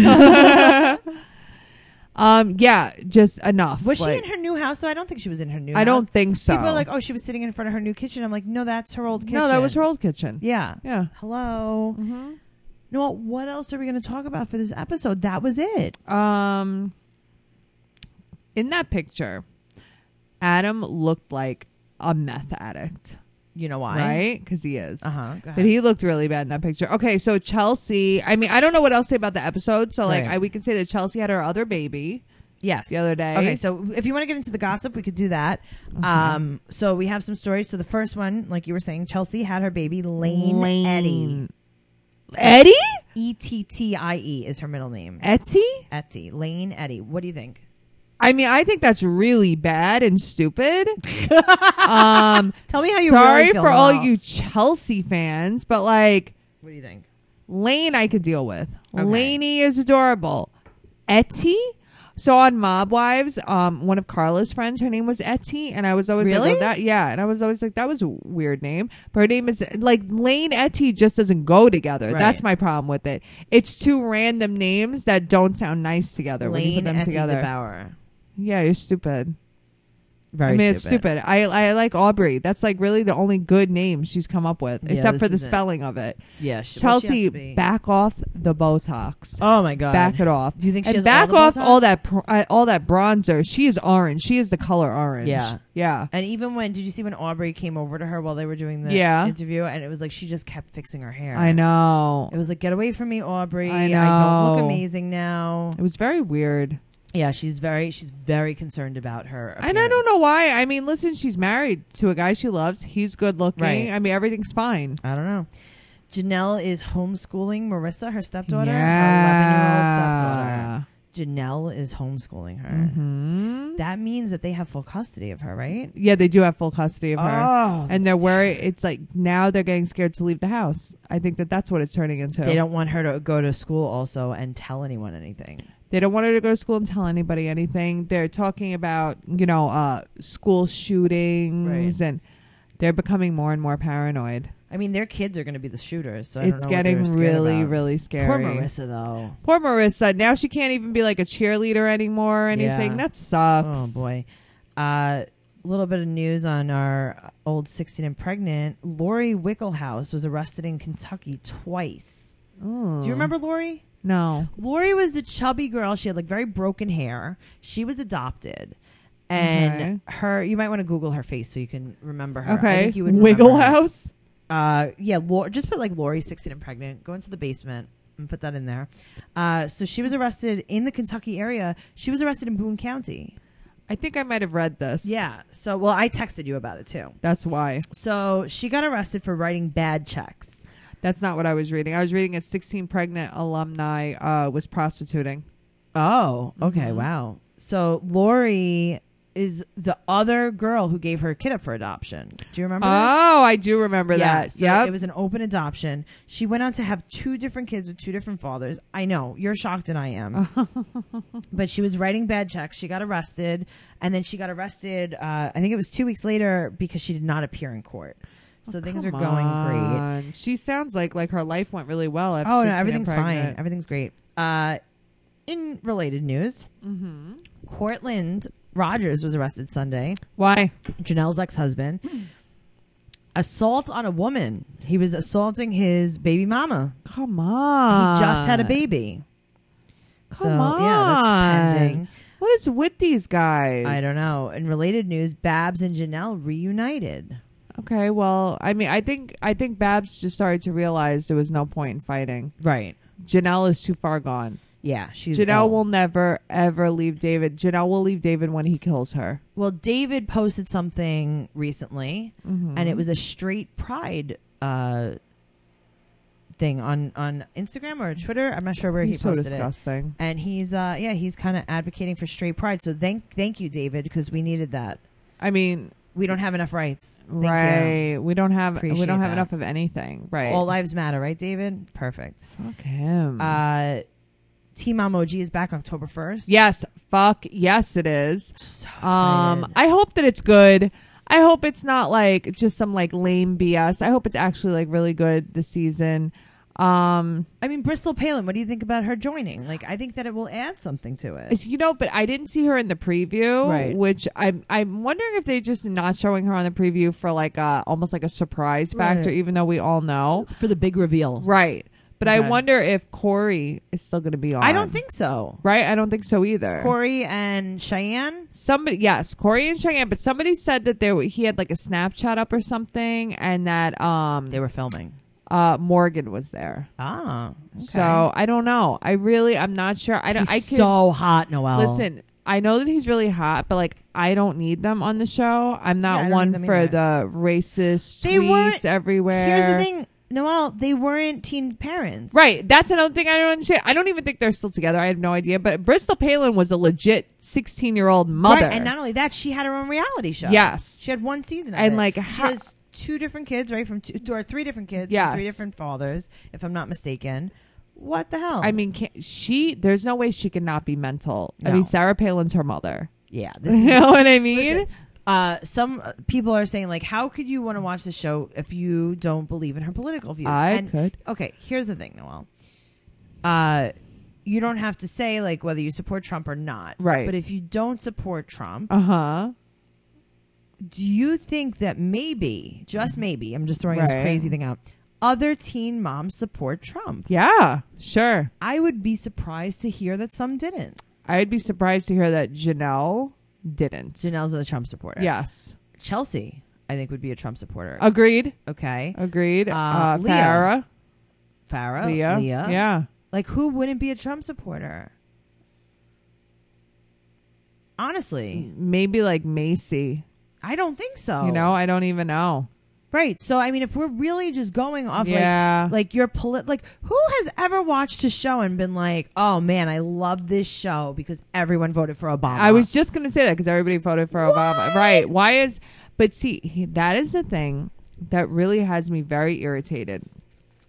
Speaker 2: um, yeah, just enough.
Speaker 1: Was
Speaker 2: Like,
Speaker 1: she in her new house? Though I don't think she was in her new.
Speaker 2: I don't
Speaker 1: house.
Speaker 2: think so.
Speaker 1: People are like, oh, she was sitting in front of her new kitchen. I'm like, no, that's her old kitchen.
Speaker 2: no, that was her old kitchen.
Speaker 1: Yeah. Mm-hmm.
Speaker 2: Yeah.
Speaker 1: Hello. No, what else are we going to talk about for this episode? That was it.
Speaker 2: Um, in that picture, Adam looked like a meth addict,
Speaker 1: You know
Speaker 2: Right? 'Cause right? Because he is.
Speaker 1: Uh huh.
Speaker 2: But he looked really bad in that picture. Okay, so Chelsea. I mean, I don't know what else to say about the episode. So, like,
Speaker 1: Right.
Speaker 2: I, we can say that Chelsea had her other baby
Speaker 1: yes.
Speaker 2: the other day. Mm-hmm.
Speaker 1: Okay, so if you want to get into the gossip, we could do that. Um, so we have some stories. So the first one, like you were saying, Chelsea had her baby Lane, Eddie.
Speaker 2: Eddie.
Speaker 1: E T T I E is her middle name.
Speaker 2: Etty.
Speaker 1: Etty. Lane Eddie. What do you think?
Speaker 2: I mean, I think that's really bad and stupid. um,
Speaker 1: Tell me how you
Speaker 2: Sorry
Speaker 1: really feel
Speaker 2: for all
Speaker 1: now.
Speaker 2: you Chelsea fans, but like.
Speaker 1: What do you think?
Speaker 2: Lane I could deal with.
Speaker 1: Okay.
Speaker 2: Laney is adorable. Etty. So on Mob Wives, um, one of Carla's friends, her name was Etty, and I was always like,
Speaker 1: Really?
Speaker 2: well, that yeah, and I was always like, that was a weird name. But her name is like Lane Etty just doesn't go together.
Speaker 1: Right.
Speaker 2: That's my problem with it. It's two random names that don't sound nice together when you
Speaker 1: Lane
Speaker 2: put them
Speaker 1: Etty
Speaker 2: together.
Speaker 1: DeBauer.
Speaker 2: yeah, you're stupid.
Speaker 1: Very
Speaker 2: I mean, it's stupid. I I like Aubrey. That's like really the only good name she's come up with,
Speaker 1: Yeah,
Speaker 2: except
Speaker 1: this
Speaker 2: for the
Speaker 1: isn't-
Speaker 2: spelling of it.
Speaker 1: Yeah. she- well, she has
Speaker 2: Chelsea,
Speaker 1: to be-
Speaker 2: back off the Botox.
Speaker 1: Oh my god.
Speaker 2: Back it off.
Speaker 1: Do you think she
Speaker 2: and
Speaker 1: has all
Speaker 2: back
Speaker 1: the
Speaker 2: off
Speaker 1: Botox?
Speaker 2: all that pr- uh, all that bronzer. She is orange. She is the color orange.
Speaker 1: Yeah.
Speaker 2: yeah.
Speaker 1: And even when did you see when Aubrey came over to her while they were doing the
Speaker 2: Yeah.
Speaker 1: interview, and it was like she just kept fixing her hair.
Speaker 2: I know.
Speaker 1: It was like, get away from me, Aubrey.
Speaker 2: I
Speaker 1: don't look
Speaker 2: know.
Speaker 1: amazing now.
Speaker 2: It was very weird,
Speaker 1: Yeah, she's very she's very concerned about her.
Speaker 2: and I don't
Speaker 1: appearance.
Speaker 2: know why. I mean, listen, she's married to a guy she loves. He's good looking.
Speaker 1: Right.
Speaker 2: I mean, everything's fine.
Speaker 1: I don't know. Janelle is homeschooling Marissa, her stepdaughter, her eleven year old
Speaker 2: yeah.
Speaker 1: stepdaughter. Janelle is homeschooling her.
Speaker 2: hmm
Speaker 1: That means that they have full custody of her, right?
Speaker 2: Yeah, they do have full custody of her.
Speaker 1: Oh,
Speaker 2: and they're worried. It's like now they're getting scared to leave the house. I think that that's what it's turning into.
Speaker 1: they don't want her to go to school also and tell anyone anything.
Speaker 2: They don't want her to go to school and tell anybody anything. They're talking about, you know, uh, school shootings, and they're becoming more and more paranoid.
Speaker 1: I mean, their kids are going to be the shooters, so I don't
Speaker 2: it's
Speaker 1: know what
Speaker 2: getting
Speaker 1: they were scared
Speaker 2: really,
Speaker 1: about.
Speaker 2: really scary.
Speaker 1: Poor Marissa, though.
Speaker 2: Poor Marissa. Now she can't even be like a cheerleader anymore or anything.
Speaker 1: Yeah.
Speaker 2: That sucks.
Speaker 1: Oh boy. A little bit of news on our old 16 and pregnant. Lori Wicklehouse was arrested in Kentucky twice. Do
Speaker 2: Ooh.
Speaker 1: you remember Lori?
Speaker 2: No.
Speaker 1: Lori was the chubby girl. She had like very broken hair. She was adopted. And her, you might want to Google her face so you can remember her. I
Speaker 2: Okay.
Speaker 1: think you would remember
Speaker 2: Wiggle
Speaker 1: her.
Speaker 2: House.
Speaker 1: Uh, yeah, Lori, just put like Lori, 16 and pregnant. Go into the basement and put that in there. Uh, so she was arrested in the Kentucky area. She was arrested in Boone County.
Speaker 2: I think I might have read this.
Speaker 1: Yeah. So, well, I texted you about it too.
Speaker 2: That's why.
Speaker 1: So she got arrested for writing bad checks.
Speaker 2: That's not what I was reading. I was reading a 16 pregnant alumni uh, was prostituting.
Speaker 1: Oh, okay.
Speaker 2: Mhm.
Speaker 1: Wow. So Lori is the other girl who gave her kid up for adoption. Do you remember this?
Speaker 2: Oh, I do remember
Speaker 1: yeah,
Speaker 2: that.
Speaker 1: So
Speaker 2: yep.
Speaker 1: it was an open adoption. She went on to have two different kids with two different fathers. I know you're shocked, and I am. but she was writing bad checks. She got arrested, and then she got arrested. Uh, I think it was two weeks later because she did not appear in court. So things are
Speaker 2: Oh, Come
Speaker 1: going great.
Speaker 2: on. She sounds like like her life went really well. After
Speaker 1: Oh
Speaker 2: 16
Speaker 1: no,
Speaker 2: and
Speaker 1: everything's fine.
Speaker 2: pregnant.
Speaker 1: Everything's great. Uh, in related news,
Speaker 2: Mhm.
Speaker 1: Cortland Rogers was arrested Sunday.
Speaker 2: Why?
Speaker 1: Janelle's ex-husband.
Speaker 2: Hmm.
Speaker 1: Assault on a woman. He was assaulting his baby mama.
Speaker 2: Come
Speaker 1: He
Speaker 2: on.
Speaker 1: just had a baby.
Speaker 2: Uh, Come
Speaker 1: so
Speaker 2: on.
Speaker 1: yeah, that's pending.
Speaker 2: What is with these guys?
Speaker 1: I don't know. In related news, Babs and Janelle reunited.
Speaker 2: Okay, well, I mean, I think I think Babs just started to realize there was no point in fighting.
Speaker 1: Right.
Speaker 2: Janelle is too far gone.
Speaker 1: Yeah, she's
Speaker 2: Janelle
Speaker 1: ill.
Speaker 2: will never ever leave David. Janelle will leave David when he kills her.
Speaker 1: Well, David posted something recently, Mm-hmm.
Speaker 2: Mm-hmm.
Speaker 1: and it was a straight pride uh, thing on on Instagram or Twitter. I'm not sure where
Speaker 2: He's
Speaker 1: he
Speaker 2: so
Speaker 1: posted it.
Speaker 2: disgusting.
Speaker 1: And he's uh, yeah, he's kind of advocating for straight pride. So thank thank you, David, because we needed that.
Speaker 2: I mean,
Speaker 1: We don't have enough rights. Thank You.
Speaker 2: right? We don't have we
Speaker 1: Appreciate
Speaker 2: don't have
Speaker 1: that.
Speaker 2: enough of anything, right?
Speaker 1: All lives matter, right, David? Perfect.
Speaker 2: Fuck him.
Speaker 1: Uh, Team Emoji is back October first.
Speaker 2: yes, fuck yes, it is.
Speaker 1: So
Speaker 2: Um,
Speaker 1: excited.
Speaker 2: I hope that it's good. I hope it's not like just some like lame BS. I hope it's actually like really good this season. Um,
Speaker 1: I mean, Bristol Palin. What do you think about her joining? Like, I think that it will add something to it.
Speaker 2: It's- You know, but I didn't see her in the preview,
Speaker 1: Right.
Speaker 2: which I'm I'm wondering if they just not showing her on the preview for like a almost like a surprise factor,
Speaker 1: Right.
Speaker 2: even though we all know,
Speaker 1: for the big reveal.
Speaker 2: right? But I
Speaker 1: Okay.
Speaker 2: wonder if Corey is still going to be on.
Speaker 1: I don't think so.
Speaker 2: right. I don't think so either.
Speaker 1: Corey and Cheyenne.
Speaker 2: Somebody, yes, Corey and Cheyenne, but somebody said that there he had like a Snapchat up or something, and that um
Speaker 1: They were filming.
Speaker 2: uh Morgan was there.
Speaker 1: Ah, okay.
Speaker 2: So I don't know. I really, I'm not sure. I don't.
Speaker 1: he's
Speaker 2: I can,
Speaker 1: so hot, Noel.
Speaker 2: Listen, I know that he's really hot, but like I don't need them on the show. I'm
Speaker 1: Yeah, I
Speaker 2: not
Speaker 1: don't
Speaker 2: one
Speaker 1: need them
Speaker 2: for
Speaker 1: either.
Speaker 2: the racist
Speaker 1: They
Speaker 2: tweets
Speaker 1: weren't-
Speaker 2: everywhere.
Speaker 1: here's the thing, Noel. They weren't teen parents,
Speaker 2: Right, that's another thing I don't understand. I don't even think they're still together. I have no idea. But Bristol Palin was a legit sixteen-year-old mother.
Speaker 1: Right, and not only that, she had her own reality show.
Speaker 2: Yes.
Speaker 1: she had one season, of
Speaker 2: And,
Speaker 1: it.
Speaker 2: like,
Speaker 1: she
Speaker 2: how-
Speaker 1: has two different kids, right? From two or three different kids,
Speaker 2: Yes.
Speaker 1: from three different fathers, if I'm not mistaken. What the hell?
Speaker 2: I mean, can she? There's no way she could not be mental. I
Speaker 1: No.
Speaker 2: mean, Sarah Palin's her mother.
Speaker 1: yeah, this
Speaker 2: you
Speaker 1: is
Speaker 2: know what I mean?
Speaker 1: Listen, uh, some uh, people are saying like, how could you want to watch the show if you don't believe in her political views?
Speaker 2: I
Speaker 1: And-
Speaker 2: could.
Speaker 1: Okay, here's the thing, Noel. Uh, you don't have to say like whether you support Trump or not,
Speaker 2: Right.
Speaker 1: But if you don't support Trump,
Speaker 2: Uh huh.
Speaker 1: do you think that maybe, just maybe, I'm just throwing this
Speaker 2: Right.
Speaker 1: crazy thing out, other teen moms support Trump?
Speaker 2: Yeah. Sure.
Speaker 1: I would be surprised to hear that some didn't.
Speaker 2: I'd be surprised to hear that Janelle didn't.
Speaker 1: Janelle's a Trump supporter.
Speaker 2: Yes.
Speaker 1: Chelsea, I think, would be a Trump supporter.
Speaker 2: Agreed.
Speaker 1: okay.
Speaker 2: Agreed. Uh,
Speaker 1: Uh, Leah.
Speaker 2: Farah.
Speaker 1: Farah,
Speaker 2: Leah.
Speaker 1: Leah.
Speaker 2: Yeah.
Speaker 1: Like, who wouldn't be a Trump supporter? Honestly,
Speaker 2: Maybe like Macy.
Speaker 1: I don't think so. Oh.
Speaker 2: You know, I don't even know.
Speaker 1: Right. So I mean, if we're really just going off
Speaker 2: Yeah.
Speaker 1: like like your polit like who has ever watched a show and been like, oh man, I love this show because everyone voted for Obama.
Speaker 2: I was just going to say that because everybody voted for Obama. Right. Why is, but see, he- that is the thing that really has me very irritated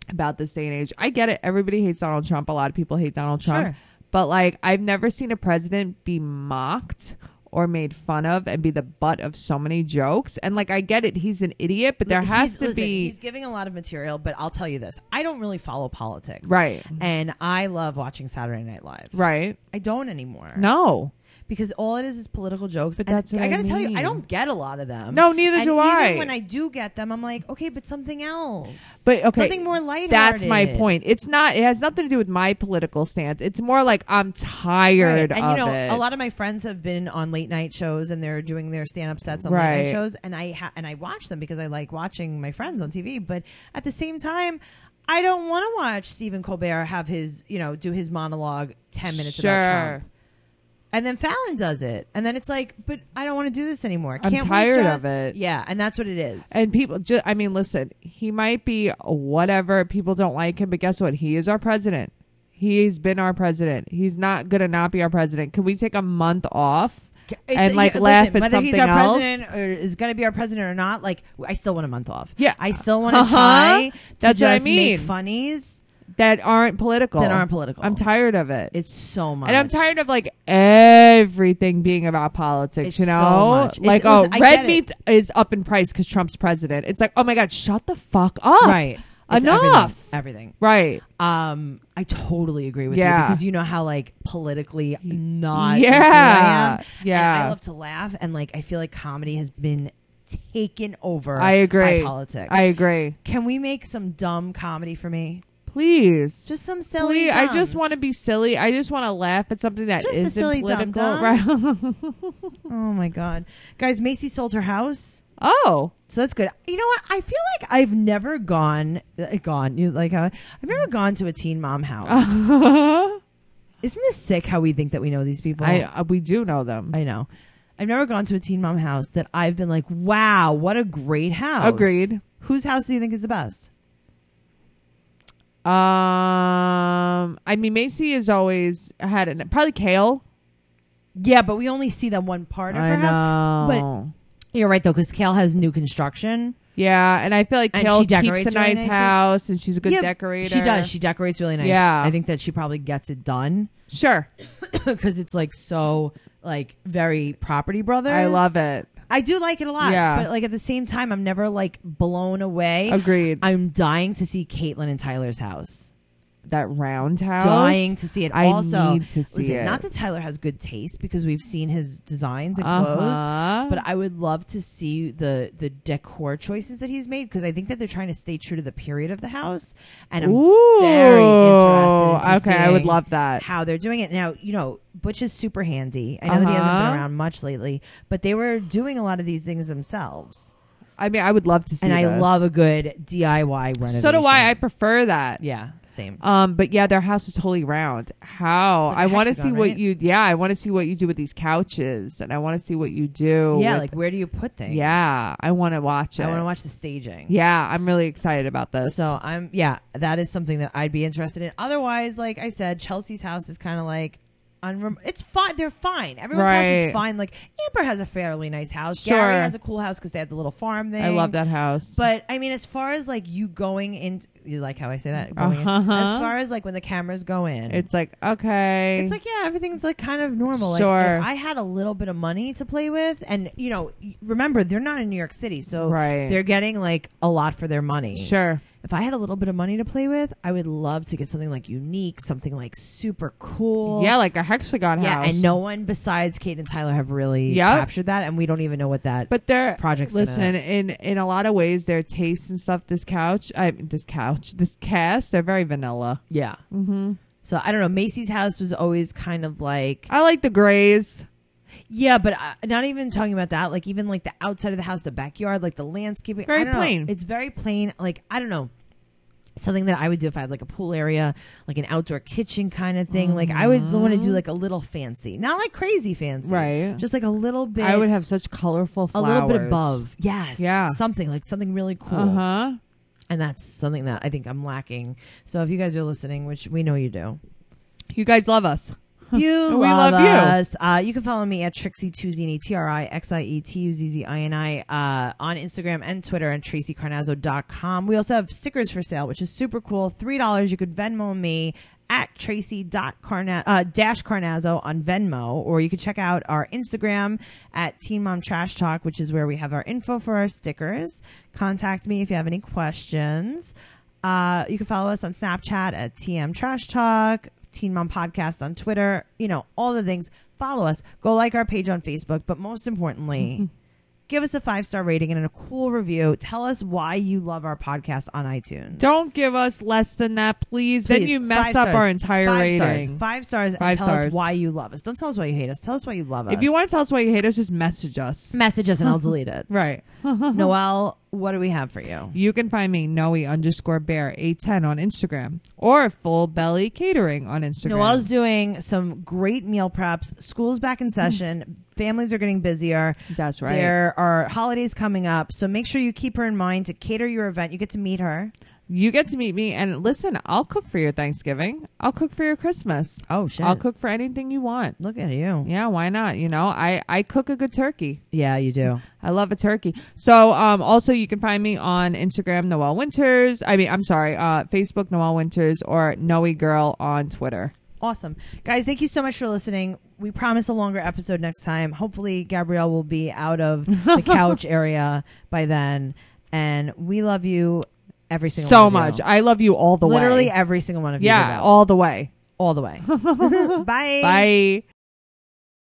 Speaker 2: about this day and age. I get it. Everybody hates Donald Trump. A lot of people hate Donald Trump.
Speaker 1: Sure.
Speaker 2: But like, I've never seen a president be mocked or made fun of and be the butt of so many jokes. And like, I get it. He's an idiot, but there
Speaker 1: He's-
Speaker 2: has to
Speaker 1: listen,
Speaker 2: be.
Speaker 1: He's giving a lot of material, but I'll tell you this: I don't really follow politics.
Speaker 2: Right.
Speaker 1: And I love watching Saturday Night Live.
Speaker 2: Right.
Speaker 1: I don't anymore.
Speaker 2: No.
Speaker 1: because all it is is political jokes.
Speaker 2: But
Speaker 1: and
Speaker 2: that's what
Speaker 1: I
Speaker 2: I
Speaker 1: gotta tell you, I
Speaker 2: mean.
Speaker 1: don't get a lot of them.
Speaker 2: No, neither
Speaker 1: And
Speaker 2: do
Speaker 1: even
Speaker 2: I.
Speaker 1: When I do get them, I'm like, okay, but something else.
Speaker 2: But okay.
Speaker 1: something more lighthearted.
Speaker 2: That's my point. It's not. It has nothing to do with my political stance. It's more like I'm tired
Speaker 1: Right. And
Speaker 2: of
Speaker 1: you know,
Speaker 2: it.
Speaker 1: a lot of my friends have been on late night shows and they're doing their stand up sets on late night
Speaker 2: Right.
Speaker 1: shows, and I ha- and I watch them because I like watching my friends on TV. But at the same time. I don't want to watch Stephen Colbert have his, you know, do his monologue 10 minutes about
Speaker 2: Sure.
Speaker 1: Trump. And then Fallon does it. And then it's like, but I don't want to do this anymore.
Speaker 2: I'm
Speaker 1: Can't we
Speaker 2: tired of
Speaker 1: just-"
Speaker 2: it.
Speaker 1: Yeah. And that's what it is.
Speaker 2: And people, just, I mean, listen. He might be whatever. People don't like him, but guess what? He is our president. He's been our president. He's not gonna not be our president. Can we take a month off
Speaker 1: It's-
Speaker 2: and like
Speaker 1: yeah,
Speaker 2: laugh
Speaker 1: listen,
Speaker 2: at
Speaker 1: whether
Speaker 2: something
Speaker 1: he's our
Speaker 2: else?
Speaker 1: president or is going to be our president or not. Like, I still want a month off.
Speaker 2: Yeah.
Speaker 1: I still want to
Speaker 2: Uh-huh.
Speaker 1: try. To
Speaker 2: That's
Speaker 1: just
Speaker 2: what I
Speaker 1: Make
Speaker 2: mean.
Speaker 1: funnies
Speaker 2: That aren't political.
Speaker 1: that aren't political.
Speaker 2: I'm tired of it.
Speaker 1: It's so much,
Speaker 2: and I'm tired of like everything being about politics,
Speaker 1: It's
Speaker 2: you
Speaker 1: so
Speaker 2: know?
Speaker 1: much. It's-
Speaker 2: Like,
Speaker 1: listen, I
Speaker 2: oh,
Speaker 1: get
Speaker 2: red
Speaker 1: it.
Speaker 2: meat is up in price because Trump's president. It's like, oh my God, shut the fuck up.
Speaker 1: Right. It's
Speaker 2: Enough.
Speaker 1: Everything. everything.
Speaker 2: Right.
Speaker 1: Um, I totally agree with you
Speaker 2: Yeah.
Speaker 1: because you know how like politically not
Speaker 2: Yeah.
Speaker 1: into I am. And
Speaker 2: Yeah.
Speaker 1: I love to laugh and like I feel like comedy has been taken over.
Speaker 2: I
Speaker 1: By
Speaker 2: agree.
Speaker 1: politics.
Speaker 2: I agree.
Speaker 1: Can we make some dumb comedy for me?
Speaker 2: Please.
Speaker 1: Just some silly.
Speaker 2: Please, I just
Speaker 1: dumbs.
Speaker 2: want to be silly. I just want to laugh at something that
Speaker 1: Just a
Speaker 2: not
Speaker 1: silly
Speaker 2: political. Right.
Speaker 1: Oh my god, guys! Macy sold her house,
Speaker 2: oh,
Speaker 1: so that's good. You know what? I feel like I've never gone uh, gone. You like how I've never gone to a teen mom house. Isn't this sick? How we think that we know these people?
Speaker 2: I uh, we do know them.
Speaker 1: I know. I've never gone to a teen mom house that I've been like, wow, what a great house.
Speaker 2: Agreed.
Speaker 1: Whose house do you think is the best?
Speaker 2: um, I mean, Macy has always had an probably Kale.
Speaker 1: Yeah, but we only see that one part of
Speaker 2: I
Speaker 1: her house.
Speaker 2: know.
Speaker 1: You're right though, because Kale has new construction.
Speaker 2: Yeah, and I feel like
Speaker 1: And
Speaker 2: Kale
Speaker 1: she
Speaker 2: keeps a
Speaker 1: decorates
Speaker 2: nice
Speaker 1: really nicely.
Speaker 2: house, and she's a good
Speaker 1: Yeah,
Speaker 2: decorator.
Speaker 1: She does. She decorates really nice.
Speaker 2: Yeah.
Speaker 1: I think that she probably gets it done.
Speaker 2: sure,
Speaker 1: because it's like so like very property brothers.
Speaker 2: I love it.
Speaker 1: I do like it a lot.
Speaker 2: Yeah.
Speaker 1: But like at the same time, I'm never like blown away.
Speaker 2: Agreed.
Speaker 1: I'm dying to see Caitlin and Tyler's house.
Speaker 2: that roundhouse,
Speaker 1: Dying to see it.
Speaker 2: I
Speaker 1: also,
Speaker 2: need to see
Speaker 1: listen,
Speaker 2: it.
Speaker 1: not that Tyler has good taste because we've seen his designs and clothes.
Speaker 2: Uh-huh.
Speaker 1: But I would love to see the the decor choices that he's made because I think that they're trying to stay true to the period of the house, and um, I'm
Speaker 2: Ooh,
Speaker 1: very interested. into
Speaker 2: okay, I would
Speaker 1: seeing
Speaker 2: love that.
Speaker 1: how they're doing it now. You know, Butch is super handy. I know that he hasn't
Speaker 2: Uh-huh.
Speaker 1: been around much lately, but they were doing a lot of these things themselves,
Speaker 2: I mean, I would love to see.
Speaker 1: and I
Speaker 2: this.
Speaker 1: love a good DIY renovation.
Speaker 2: So do I. I prefer that.
Speaker 1: yeah, same.
Speaker 2: Um, but yeah, their house is totally round. How
Speaker 1: It's like
Speaker 2: I
Speaker 1: a
Speaker 2: want to see
Speaker 1: hexagon,
Speaker 2: what
Speaker 1: right?
Speaker 2: you. Yeah, I want to see what you do with these couches, and I want to see what you do.
Speaker 1: yeah,
Speaker 2: Oh, with-
Speaker 1: like where do you put things?
Speaker 2: yeah, I want to watch it.
Speaker 1: I want to watch the staging.
Speaker 2: Yeah, I'm really excited about this.
Speaker 1: So I'm yeah, that is something that I'd be interested in. Otherwise, like I said, Chelsea's house is kind of like unrem- it's fine. They're fine. Everyone's house is
Speaker 2: Right.
Speaker 1: fine. Like Amber has a fairly nice house.
Speaker 2: Sure.
Speaker 1: Gary has a cool house because they have the little farm thing.
Speaker 2: I love that house.
Speaker 1: But I mean, as far as like you going in, you like how I say that. Going in?
Speaker 2: Uh-huh.
Speaker 1: As far as like when the cameras go in,
Speaker 2: It's like okay.
Speaker 1: it's like yeah, everything's like kind of normal. Like
Speaker 2: Sure.
Speaker 1: if I had a little bit of money to play with, and you know, remember they're not in New York City, so
Speaker 2: Right.
Speaker 1: they're getting like a lot for their money.
Speaker 2: sure.
Speaker 1: If I had a little bit of money to play with, I would love to get something like unique, something like super cool.
Speaker 2: Yeah, like a hexagon
Speaker 1: yeah,
Speaker 2: house.
Speaker 1: and no one besides Kate and Tyler have really
Speaker 2: Yep.
Speaker 1: captured that, and we don't even know what that.
Speaker 2: But their
Speaker 1: Project's gonna-
Speaker 2: Listen, in in a lot of ways, their tastes and stuff. This couch, I mean, this couch, this cast, they're very vanilla.
Speaker 1: yeah.
Speaker 2: Mm-hmm.
Speaker 1: So I don't know. Macy's house was always kind of like
Speaker 2: I like the grays.
Speaker 1: Yeah, but uh, not even talking about that. Like even like the outside of the house, the backyard, like the landscaping. I
Speaker 2: Very
Speaker 1: don't know.
Speaker 2: plain.
Speaker 1: It's very plain. Like I don't know. something that I would do if I had like a pool area, like an outdoor kitchen kind of thing. Like I would want to do like a little fancy, not like crazy fancy,
Speaker 2: Mm-hmm. Right.
Speaker 1: Just like a little bit,
Speaker 2: I would have such colorful
Speaker 1: a
Speaker 2: flowers.
Speaker 1: little bit above, yes,
Speaker 2: Yeah.
Speaker 1: something like something really cool.
Speaker 2: Uh huh.
Speaker 1: And that's something that I think I'm lacking. So if you guys are listening, which we know you do,
Speaker 2: You guys love us.
Speaker 1: you
Speaker 2: We
Speaker 1: love,
Speaker 2: love you.
Speaker 1: us. Uh, you can follow me at Trixie Tuzini, T R I X I E T U Z Z I N I, uh, on Instagram and Twitter and TracyCarnazzo.com. We also have stickers for sale, which is super cool. $3. You could Venmo me at Tracy dot Carna- uh, dash Carnazzo on Venmo, or you could check out our Instagram at Teen Mom Trash Talk, which is where we have our info for our stickers. Contact me if you have any questions. Uh, you can follow us on Snapchat at TM Trash Talk, Teen Mom Podcast on Twitter, you know, all the things. Follow us. Go like our page on Facebook. But most importantly, give us a five star rating and a cool review. Tell us why you love our podcast on iTunes.
Speaker 2: Don't give us less than that, please. then
Speaker 1: Please,
Speaker 2: you mess
Speaker 1: five
Speaker 2: up
Speaker 1: stars,
Speaker 2: our entire
Speaker 1: five
Speaker 2: rating.
Speaker 1: Stars, five stars.
Speaker 2: Five
Speaker 1: and tell
Speaker 2: stars.
Speaker 1: us why you love us. Don't tell us why you hate us. Tell us why you love us.
Speaker 2: If you want to tell us why you hate us, just message us.
Speaker 1: message us and I'll delete it.
Speaker 2: Right.
Speaker 1: Noelle, what do we have for you?
Speaker 2: You can find me Noe underscore bear eight ten on Instagram or full belly catering on Instagram.
Speaker 1: Noelle's doing some great meal preps. School's back in session. Families are getting busier.
Speaker 2: That's right.
Speaker 1: There are holidays coming up, so make sure you keep her in mind to cater your event. You get to meet her.
Speaker 2: You get to meet me and listen. I'll cook for your Thanksgiving. I'll cook for your Christmas.
Speaker 1: Oh shit!
Speaker 2: I'll cook for anything you want.
Speaker 1: Look at you.
Speaker 2: Yeah, why not? You know, I I cook a good turkey.
Speaker 1: Yeah, you do.
Speaker 2: I love a turkey. So, um, also you can find me on Instagram, Noelle Winters. I mean, I'm sorry, uh, Facebook, Noelle Winters, or Noe Girl on Twitter.
Speaker 1: Awesome. Guys, thank you so much for listening. We promise a longer episode next time. Hopefully, Gabrielle will be out of the couch area by then. And we love you every single
Speaker 2: so
Speaker 1: one of
Speaker 2: much.
Speaker 1: you.
Speaker 2: I love you all the
Speaker 1: Literally
Speaker 2: way.
Speaker 1: every single one of you.
Speaker 2: yeah,
Speaker 1: Gabrielle.
Speaker 2: all the way.
Speaker 1: all the way. Bye.
Speaker 2: Bye.